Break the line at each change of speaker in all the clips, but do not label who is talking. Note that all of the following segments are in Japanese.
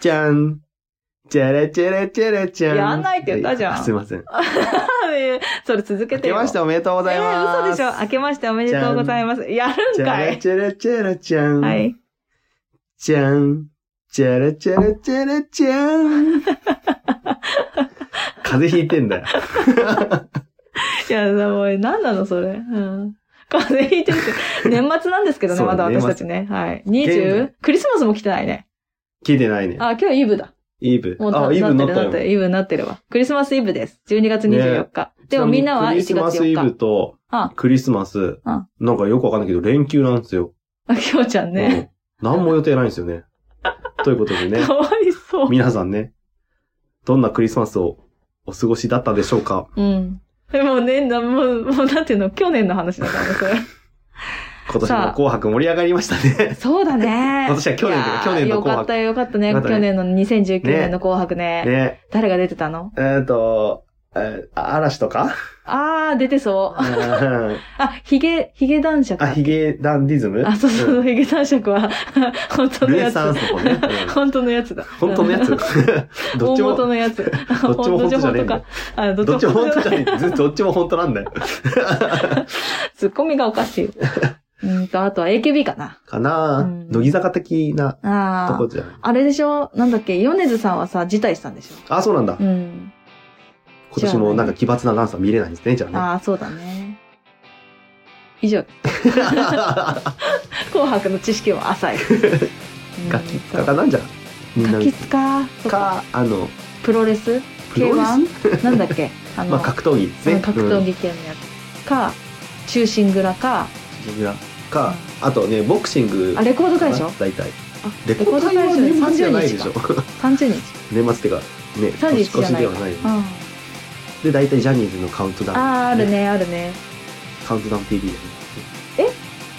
じゃん。じゃらじゃらじゃらじゃん。
やんないって言ったじゃん
はあすいません。
それ続け
明
て
け
よ。
ましておめでとうございます。
えー、嘘でしょ。明けましておめでとうございます。やる
じ
ん
ゃ
からい。
じゃらじゃらじゃん。
はい。
じゃん。じゃらじゃらじゃらじゃ ん。風邪ひいてんだよ。
いや、でも、何なのそれ。うん。風邪ひいてる って。年末なんですけどね、
そう
まだ
年
私
末
たちね。はい。
現
20? クリスマスも来てないね。
聞いてないね。
あ、今日イブだ。
イーブ
も。う
あ、イーブになって
なっる
た
なっ
よ
て。るイブになってるわ。クリスマスイブです。12月24日。でもみんなは1月
ちなみにクリスマスイ
4
ブ
日。
と
あ、
クリスマス、
あ
なんかよくわかんないけど、連休なんですよ。
あ、きょうちゃんね。
うん。何も予定ないんですよ ね。ということでね
か、わい そう。
皆さんね、どんなクリスマスをお過ごしだったでしょうか
うん。でもね、なもう、もうなんていうの、去年の話だからね、それ。
今年も
さあ
紅白盛り上がりましたね。
そうだね。
私は去年だよ
いやー
去年の紅白
よかったよ、よかったね。
よかったね
去年の2019年の紅白 ね。
ね。
誰が出てたの
えっ、と、えー嵐と か
あー、出てそう。
うん
あ、ヒゲ、ヒゲ男爵。
あ、ヒゲダンディズム
あ、そうそう、
ん
ヒゲ男爵は、 本当の
ル
や
ネ
つ。
サンスの方ね。 うん
本当のやつだ。
本当のや つど
大
っちも、
元
ど
のやつ。
っちも本当じゃねえんだよ。
あ、ど
どっ
っ
ち
ち
も
も本
本当
当
じ
じゃ
ゃ
ない
ねえずどっちも本当なんだよ。
ツッコミがおか しい。うんと、あとは AKB かな。
かなあ
うん
乃木坂的なと
あ
こ
あ。
じゃない。
あれでしょなんだっけ米津さんはさ、辞退したんでしょ
あ、そうなんだ。
うん。
今年もなんか奇抜なダンスは見れないんですね、じゃあね。
ああ、そうだね。以上、紅白の知識も浅い。うん
ガキ使 かなんじゃん。みんな
ガ。キツカそっか、
か、あの、
プロレス
プロレス
?K1? なんだっ けあ
まあ格闘技ですね。
うん格闘
技。
技系のやつか、中心蔵か、
か、あとね、ボクシング。
あ、レコード会社あ
大体。
レ
レ
コ
コー
ード
ド会
会社
社
で
年末じゃないで
30
しょ
日。か。30日。
年末ってか、ね、
31
年越しではない。
うん。
で、大体ジャニーズのカウントダウン。
あー、ある。ね、あるね。
カウントダウン TV だね。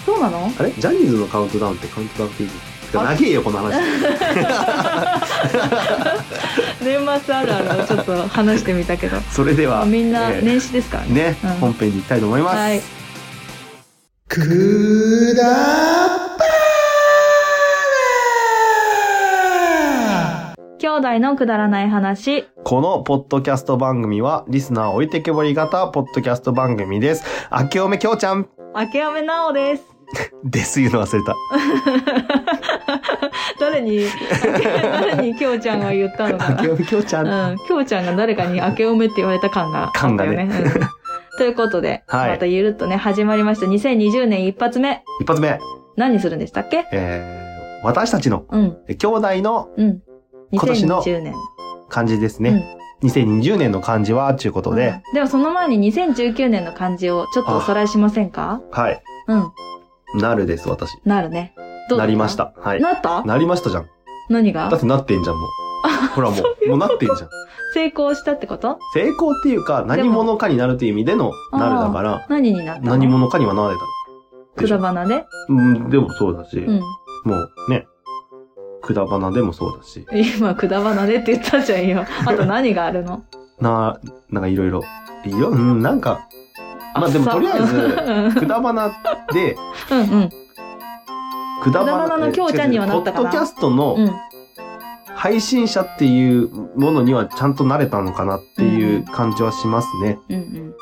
そうなの
あれジャニーズのカウントダウンってカウントダウン TV。てか
あ
長えよ、この話。
年末あるあるをちょっと話してみたけど。
それでは、
みんな
えー
年始ですからね。
ね
うん、
本編に行きたいと思います。
はい。
くだ
兄弟のくだらない話。
このポッドキャスト番組は、リスナー置いてけぼり型ポッドキャスト番組です。明けおめきょうちゃん
明けおめなおです。
です言うの忘れた。
誰 に、誰にきょうちゃんは言ったのか
明けおめきょうちゃん。
な。うん。きょうちゃんが誰かに明けおめって言われた感があった
感
よ
がね
うん ということで、
はい
またゆるっとね、始まりました。2020年一発目。
一発目、
何するんでしたっけ
えー、私たちの
うん、
え兄弟の
うん。
今年の
2020年。
漢字ですね。2020年の漢字は、ちゅうことで、
うんでもその前に2019年の漢字をちょっとおさらいしませんか
はい。
うん。
なるです、私。
なるね。どう
な
だった
りまし。た。はい。
なった
なりましたじゃん。
何
だっ
が
てなってんじゃん、もう。ほらもう、もうなってんじゃん。
成功したってこと
成功っていうか、何者かになるという意味での、
あー
なるだから、
何になったの
何者かにはなれた。
くだばなで
うん、でもそうだし、
うん。
もうね、くだばなでもそうだし、
今、くだばなでって言ったじゃんよ。あと何があるの
な、なんかいろいろ、いろ、うん、なんか、まあでもとりあえず、
ず。
くだばな で、
うんうん。
くだ
くだばなの京ちゃんにはなったかな
ポッドキャストの
うん。
配信者っていうものにはちゃんと慣れたのかなっていう感じはしますね。
うん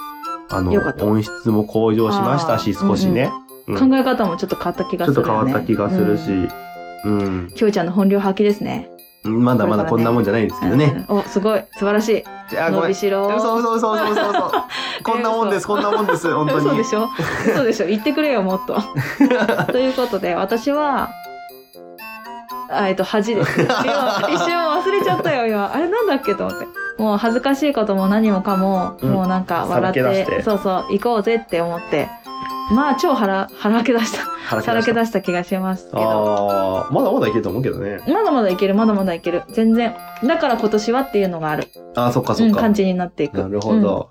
あの
よかっ、た
音質も向上しましたし、
あー
少しね。
う。
うんん
考え方もちょっと変わった気が
ちょ
す
っ
るよ
と
ね。
変わった気がするし、うん。
きょうちゃんの本領発揮ですね。
まだまだこんなもんじゃないですけどね。
うん。お、すごい。素晴らしい。
じゃあご
伸
めん。
びしろ。
嘘嘘嘘嘘 嘘嘘。こんなもんです、こんなもんです、本当
そうで
に。
しょそうでしょ言ってくれよ、もっと。ということで、私は、あえっと、恥です。今、一瞬忘れちゃったよ、今。あれなんだっけと思って。もう恥ずかしいことも何もかも、
うん
もうなんか笑っ
さらけ出
て
して
そうそう、行こうぜって思って。まあ、超腹、腹け出した。さらけ
し
出した気がしますけど。
ああ、まだまだいけると思うけどね。
まだまだいける、まだまだいける。全然。だから今年はっていうのがある。
ああ、そっか
う
そっ
ん、
か。
感じになっていく。
なるほ
うん
ど。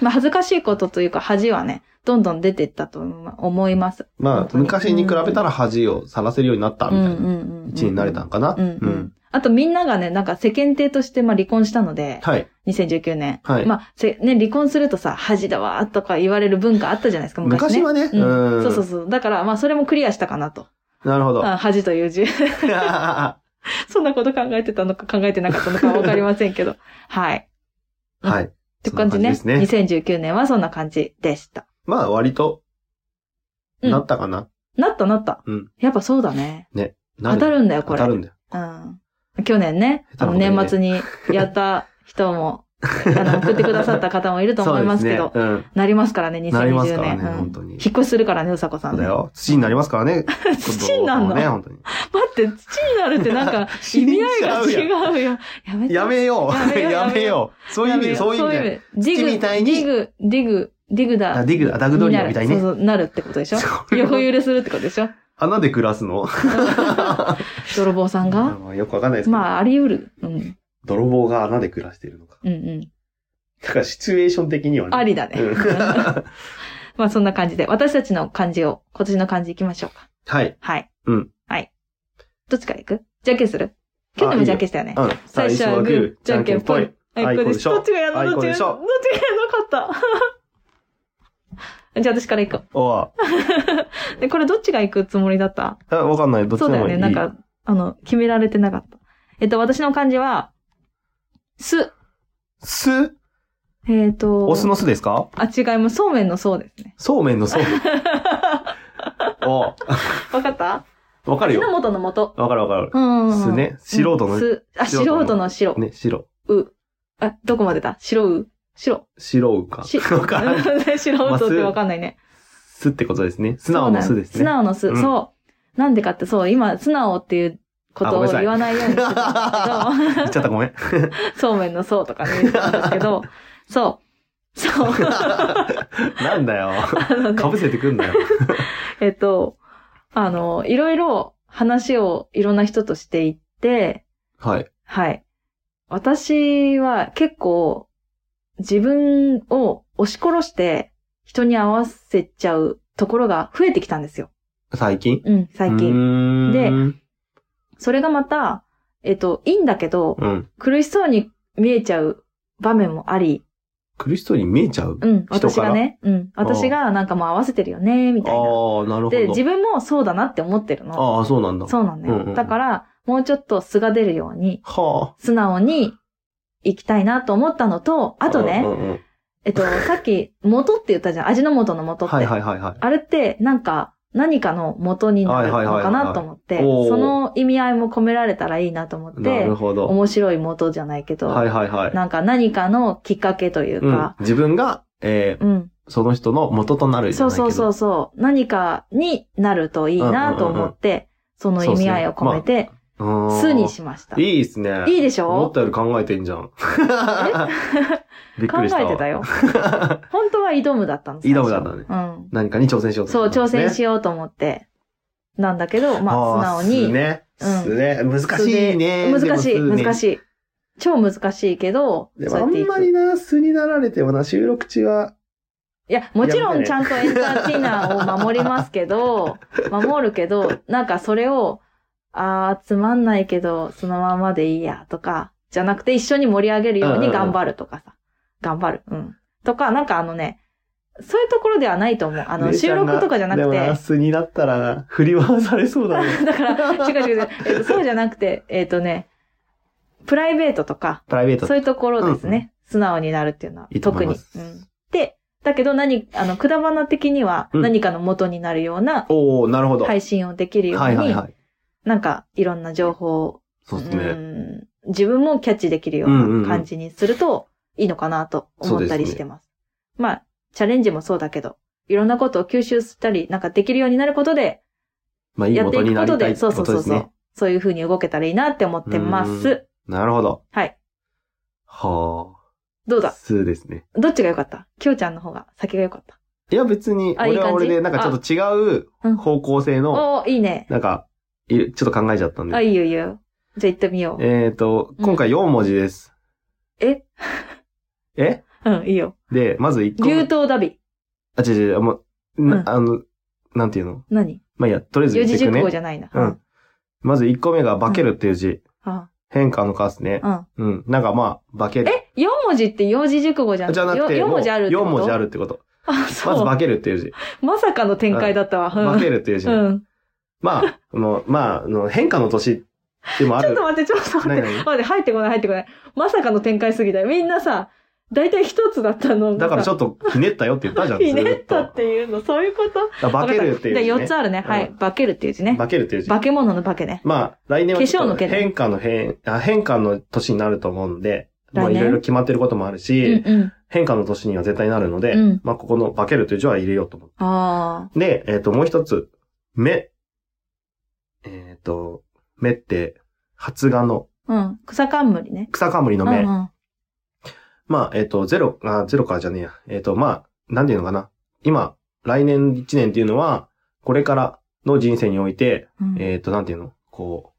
まあ、恥ずかしいことというか、恥はね、どんどん出ていったと思います。
ま
本当
あ、
に
昔に比べたら恥をさらせるようになったみたいな位置になれたのかな。
うんうんうん。あとみんながね、なんか世間体としてまあ離婚したので、
はい。
2019年。
はい。
まあ、せね、離婚するとさ、恥だわーとか言われる文化あったじゃないですか、昔ね。
昔はね。
う、
うんん。
そうそうそう。だから、まあ、それもクリアしたかなと。
なるほど。
あ恥という字。
あ
そんなこと考えてたのか考えてなかったのかわかりませんけど。はい。
はい。
って感じね。
そんな感じ
2019年はそんな感じでした。
まあ割と、
うん
なったかな、
なったなった。
うん
やっぱそうだね。
な
当たるんだよ、これ。
当たるんだよ。
うん。去年ね、
下手
あ
な
の
ことにね
年末にやった人 も、あの、送ってくださった方もいると思いますけど、
そうですね。うん。
なりますからね、2020年。
なりますからね
うん
本当に
引っ越しするからね、うさこさ
そ
ん
う
ね。
だ よ。土になりますからね。
土になん
子
の、
供ね、
待
本当に。
って、土になるってな んか、
死ん
意
じ
味合
ゃ
いうが
やん
違うよ。やめて。
やめよ
や
う。
めよう
やめよう。そういう意味、そういう意味だよ。
味。
土
ディグ、
みたいに
ディグ、ディグ、ディグだ。
あディグだダグドリアみたいにね
になるそうそう、なるってことでしょ
そういう
横揺れするってことでしょ
穴で暮らすの
泥棒さんが
まあよくわかんないですけど。
まあ、あり得る。うん。
泥棒が穴で暮らしてるのか。
うんうん。
だからシチュエーション的には
ありだね
うん
まあ、そんな感じで。私たちの漢字を、今年の漢字いきましょうか。
はい。
はい。
うん。
はい。どっちからいくじゃんけんする去年もじゃんけんしたよね。
うん。
最初はグー、じゃんけんぽい。。
あいこ
こ
で
で
し
す
ょ
どっちがやん
あい
のど
こ
っちが
で
や
し
ん
ょ
のどっちがやんなかった。じゃあ私から行こ
おわ。
う。で、これどっちが行くつもりだった
あわかんない。どっち
そ
で
うだよ
もいい。
ね。なんか、あの、決められてなかった。えっと、私の漢字は、す。
酢
えっ、と、
お酢の酢ですか
あ、違います。そうめんのそうですね。
そうめんの そうめん。お
わかった
わかる
木
よ
の。元の元。
わかるわかる。
うん。
酢ね。素人
うん
のね。
す。あ、
素
素
人の
人の白。
白。
う。あ、どこまでだ白う。白。
白うか。
し
わ からん。
素人ってわかんないね。
酢ってことですね。素直の
そ
酢
うな
で
ん
す
素
ね。
直の素、
うん
そう。なんでかって、そう、今、素直っていうことを
あごめんなさい
言わないようにして たんです
言っちゃった ごめん。
けど、そうめんのそうとかね、言ってたんです けど、そう。そう。
なん だよ。
あのね
かぶせてくんだよ。
えっと、あの、いろいろ話をいろんな人としていって、
はい。
はい。私は結構自分を押し殺して人に合わせちゃうところが増えてきたんですよ。
最近
うん、最近。
近
で
うん。
それがまた、えっと、いいんだけど、
うん。
苦しそうに見えちゃう場面もあり、
苦しそうに見えちゃう
うん、
人
私
から
がね、うん、私がなんかもう合わせてるよね、み
あ
た
あ
いな。
ー、なるほど。
で、自分もそうだなって思ってるの。
ああ、そうなんだ。
そうなんだよ。
うんうんうん
だから、もうちょっと素が出るように、
は
素直に行きたいなと思ったのと、
あ。
あとね、
うんうんうん
えっ と、さっき、元って言ったじゃん。味の素の元って。
はいはいはいはい。
あれって、なんか、何かの元になるのかなと思って、
はいはいはいはいおー
その意味合いも込められたらいいなと思っ
な
て
る、ほど。
面白い元じゃないけど、
はいはいはい。
なんか何かのきっかけという
うん
か、、
自分が、え
うん、
ー、その人の元となるじゃ
そ
な
う
いけ
そ
ど
うそうそう、何かになるといいなと思って、その意味合いを込めて、
うーん
すにしました。い
いいですね。
いでし
思
ょ
ったより考えてんじゃん。 びっ
考
く
え
りした。
てたよ。本当は挑むだったんです
挑むだったね
うん。
何かに挑戦しようと
そう、挑戦し
よ
ようと思って、なんだけど、まあ、素直
ーす
に。
ね。すね。難しいね。
素で難しい、難
い。
しい。超難しいけど、
で
そ
もあ
うやっ
ん
てい
ま
く。
り
い
な、素になられてもな、収録中は。
や、もちろ
やめて
ん
ね
ちゃんとエンターテイナーを守ります けど、守るけど、なんかそれを、あー、つまんないけど、そのままでいいや、とか、じゃなくて一緒に盛り上げるように頑張るとかさ。頑張る。うん。とか、なんかあのね、そういうところではないと思う。あの、
姉ち
収
ゃんが
録とかじゃなく
でも
て
な、。素になったらな、振り回されそうだね。
だから、違う違 う違う、えっとそうじゃなくて、えっ、とね、 プライベートとか、
プライベート
そういうところですね。素直になるっていうのは、
いいと思
特
いま
に
す。
うんで、だけど何、あの、くだばな的には
うん
何かの元になるような
おおなるほど。
配信をできるよう
はいはい
に、
はい。
なんかいろんな情報を、
そうです
う
ね。
ん自分もキャッチできるよ
うんうん
う
うん
な感じにするといいのかなと思ったりしてます。まあ、チャレンジもそうだけど、いろんなことを吸収したり、なんかできるようになることで、
まあ、いい
やって
元
い
に
く
な
こと
りたい
で、
って
そう
こ
そう
と
そ
で
う
す
そ
ね
う。。そういう風に動けたらいいなって思ってま
うん
す。
なるほど。
はい。
は
どう
あ。
だ
素ですね。
どっちが良かったきょうちゃんの方が先が良かった。
いや、別に、
あいい
俺は俺で、な
感
ん
じ
かちょっと違
あう
うん方向性の、
おーいいね。
なんか、いるちょっと考えちゃったん
あ、
で。
いいよいいよ。じゃあ行ってみよう。
えっと、今回4文字です。
え
え
うん、いいよ。
で、まず1個目。
竜頭ダビ。
あ、違う違う、もう、な
うん
あの、なんていうの
何
まあ、いいや、とりあえず
四
言って
字
いく
熟語じ
ね。
ゃないな。
うん。まず1個目が化けるっていう字。
あ
変化の化ですね
う。ん。
うん。なんかまあ、化ける。
え、四文字って四字熟語じゃん。
じゃなくて、
よ四文字あるってこと
4文字あるってこと。
あ、
まず
そう。
化けるっていう字。
まさかの展開だったわ。
化
うん
けるっていう字
う
ね。
ん。
まあ、あの、まあ、あの変化の年でもあ
ちょっ
る
と。待って、ちょっと待って。
何何
待って、入ってこない、入ってこない。まさかの展開すぎだよ。みんなさ、大体一つだったの。
だからち
ょっ
ょっとひねったよって言ったじゃん、
ひね
ず
っ
っと。
たっていうの、そういうこと
だから化けるっていう字ね。
4つあるね。はい。化けるっていう字ね。
化けるっていう字。
化け物の化けね。
まあ、来年はちょっ
化粧
と
の件ね
変化の変、あ変化の年になると思うんで、まあ
来
い
年
ろいろ決まってることもある
う
し、
んうん。
変化の年には絶対なるので、
うん
まあここの化けるという字は入れようと思
あ
う。で、えっ、と、もう一つ、目。えっ、と、目って、発芽の、
あ。うん。草冠ね。
草冠の目。
うんうん
まあ、えっ、と、ゼロ、あ、ゼロかじゃねえや。えっ、と、まあ、なんていうのかな。今、来年1年っていうのは、これからの人生において、
うん
えっ、と、なんていうのこ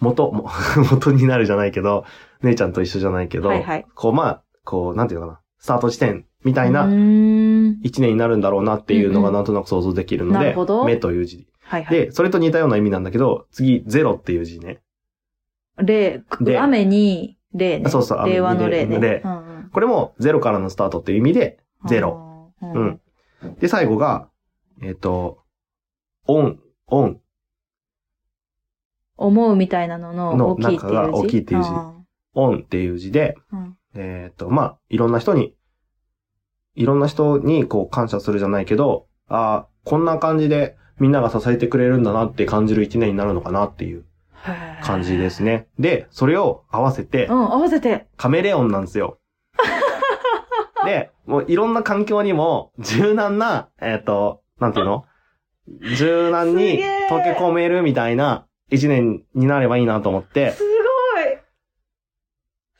う、元、も 元になるじゃないけど、姉ちゃんと一緒じゃないけど、
はいはい
こう、まあ、こう、なんていうのかな、スタート地点みたいう
ー
なん一年になるんだろうなっていうの
う
が
んう
なんとなく想像できるの
な
で、
るほど
目という字。
はいはい。
で、それと似たような意味なんだけど、次、ゼロっていう字ね。
例、
で
雨に、例ね。
そうそう雨に
令和の例ね。
例
うんうん
これもゼロからのスタートっていう意味で、ゼロ。。
う
うんん。で、最後が、えっ、と、オン、オン。
思うみたいなのの大きいっていう字。
の中が大きいっていう字
ん
オンっていう字で、
うん
えーっと、まあ、いろんな人に、いろんな人にこう感謝するじゃないけど、ああ、こんな感じでみんなが支えてくれるんだなって感じる一年になるのかなっていう感じです。ね。で、それを合わせて
うん、合わせて。
カメレオンなんです よ。で、もういろんな環境にも柔軟な、えーっと、なんていうの柔軟
す
に
げえ
溶け込めるみたいな一年になればいいなと思って
す、ごい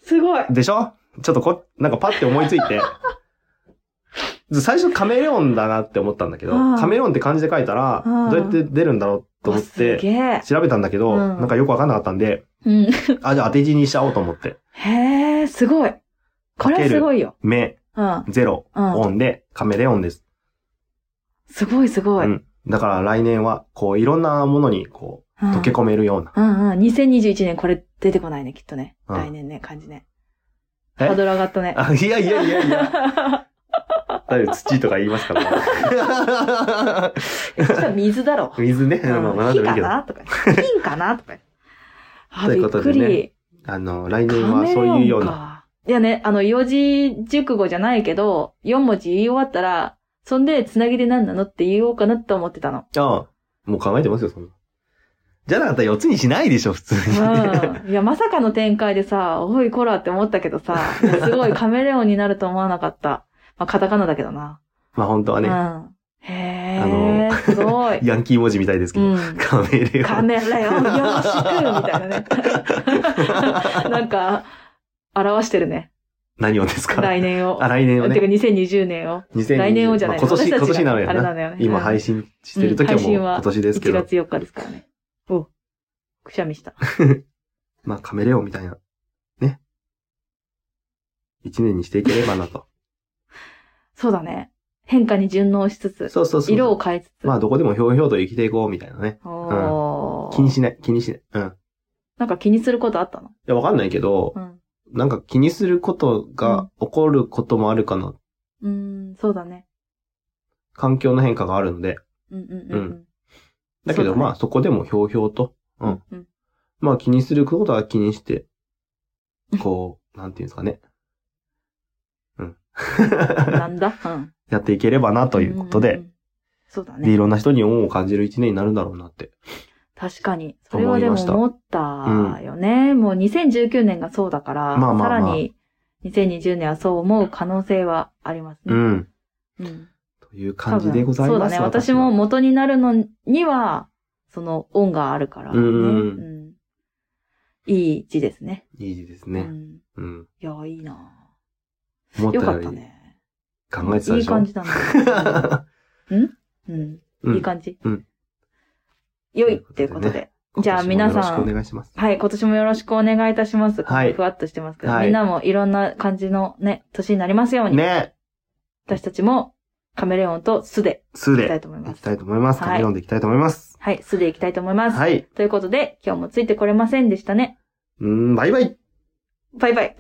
すごい
でしょちょっとこ、なんかパッて思いついて。最初カメレオンだなって思ったんだけど、
うん
カメレオンって漢字で書いたら、
うん
どうやって出るんだろうと思っ
すげ
て、
え。
調べたんだけど、
うん
なんかよくわかんなかったんで、
うん。
あ、じゃあ当て字にしちゃおうと思って。
へえ、すごい。これはすごいよ。
目、
うん。
ゼロ、
うん
オンでカメレオンです。
すごいすごい。
う
うん
ん。だから来年は、こう、いろんなものに、こう、溶け込めるような。
うんうん。2021年これ出てこないね、きっとね。
うん
来年ね、感じね。
え
ハードル上がった ね。
あ、いやいやいやいや、大丈夫、土とか言いますから、ね。
そしたら水だろ。
水ね、
う
まあまあなん
ん
で
火
も いい
か
けど。
なとか。金かなとか。あ、
とい
び
う
っ
こと
く
でね
り。
あの、来
カ
年は
メ
そ
レ
う
オ
いうよう
ン
な。
か。いやね、あの、四字熟語じゃないけど、四文字言い終わったら、そんで、つなぎで何なのって言おうかなって思ってたの。
ああ、もう考えてますよ、そんな。じゃなかったら4つにしないでしょ、普通に。
うん。いや、まさかの展開でさ、おいこらって思ったけどさ、すごいカメレオンになると思わなかった。まあ、カタカナだけどな。
まあ本当は
う
ね、
ん。へ
あ
え、
の
すごい。
ヤンキー文字みたいですけ
う
ど、
ん。
カメレオン。
カメレオンよろしくみたいなね。 なんか、表してるね。
何をですか
来年を。
あ、来年を
て
ね
か。2020年を。
2020
来年をじゃない
まあ今年、今
私たちが
年なのよ
あれな
な。
のよね。
今
うん
配信してる時は
うん配
もう
信は
今年ですけ
1
ど、
月4日ですからね。おくしゃみした。
まあカメレオンみたいな、ね。1年にしていければなと。
そうだね。変化に順応しつつ、
そうそうそう。
色を変えつつ。
まあどこでもひょうひょうと生きていこうみたいなね。
おー
気にしない、気にしない。うん。い
なんか気にすることあったの
や、わかんないけど
う、ん。
なんか気にすることが起こることもあるかな。
うーん、そうだね。
環境の変化があるので、
うんうんうんうん。
だけ
そう
ど、
だね
まあ、そこでもひょうひょうと、うん
うん。
まあ、気にすることは気にして、こう、なんていうんですかね。 うん。
な んだうん。
やっていければな、ということ
ん
で
ん、うん。そうだ
で、い
ね。
ろんな人に恩を感じる一年になるんだろうなって。
確かに。それはでも
思いました
思ったよね。もう2019年がそうだか
ま
ら、
あまあまあ
さらに2020年はそう思う可能性はあります
う
ね。
ん。
うん
という感じでございます。
多分そうだね。私
は
も。元になるのには、その恩があるから、ね
うんうんうん
うんいい字ですね。
いいです
う
ね。
ん、
うん。
いや、いいな
思っ
よ
た
か
よ
った
り
ね。
考えてたで
いい
しょ。
感じだ ね。うん。
うん
いい感じ。
うん
良いっていうことで。じゃあ
今年も
皆さ
よろしくお
ん、
願いします。
はい、今年もよろしくお願いいたします。
はい
ふわっとしてますけど、
はい
みんなもいろんな感じのね、年になりますように、
ね
私たちもカメレオンと素で
素
いきたい
で、
と思い
い
ま
き
す
た。いと思います。
はい
カメレオンでいきたいと思います。
はい、素でいきたいと思います。
はい。
ということで、今日もついてこれませんでしたね。
うん、バイバイ
バイバ イ。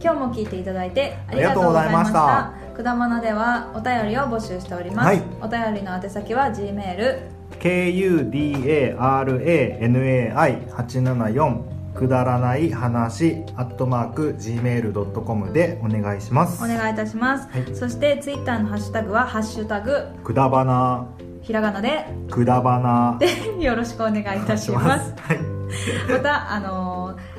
日も聞いていただいて
あ
あり
り
が
が
と
と
う
うご
ござ
ざ
い
い
ま
ま
し
した
たくだまなではお便りを募集しております、
はい
お便りの宛先は G メール
kudaranai874 くだらない話アットマーク gmail.com でお願いします
お願いいたします、
はい
そしてツイッターのハッシュタグは「ハッシュタグ
くだばな
ひらがなで
くだばな」
でよろしくお願いいたします
はい
またあのー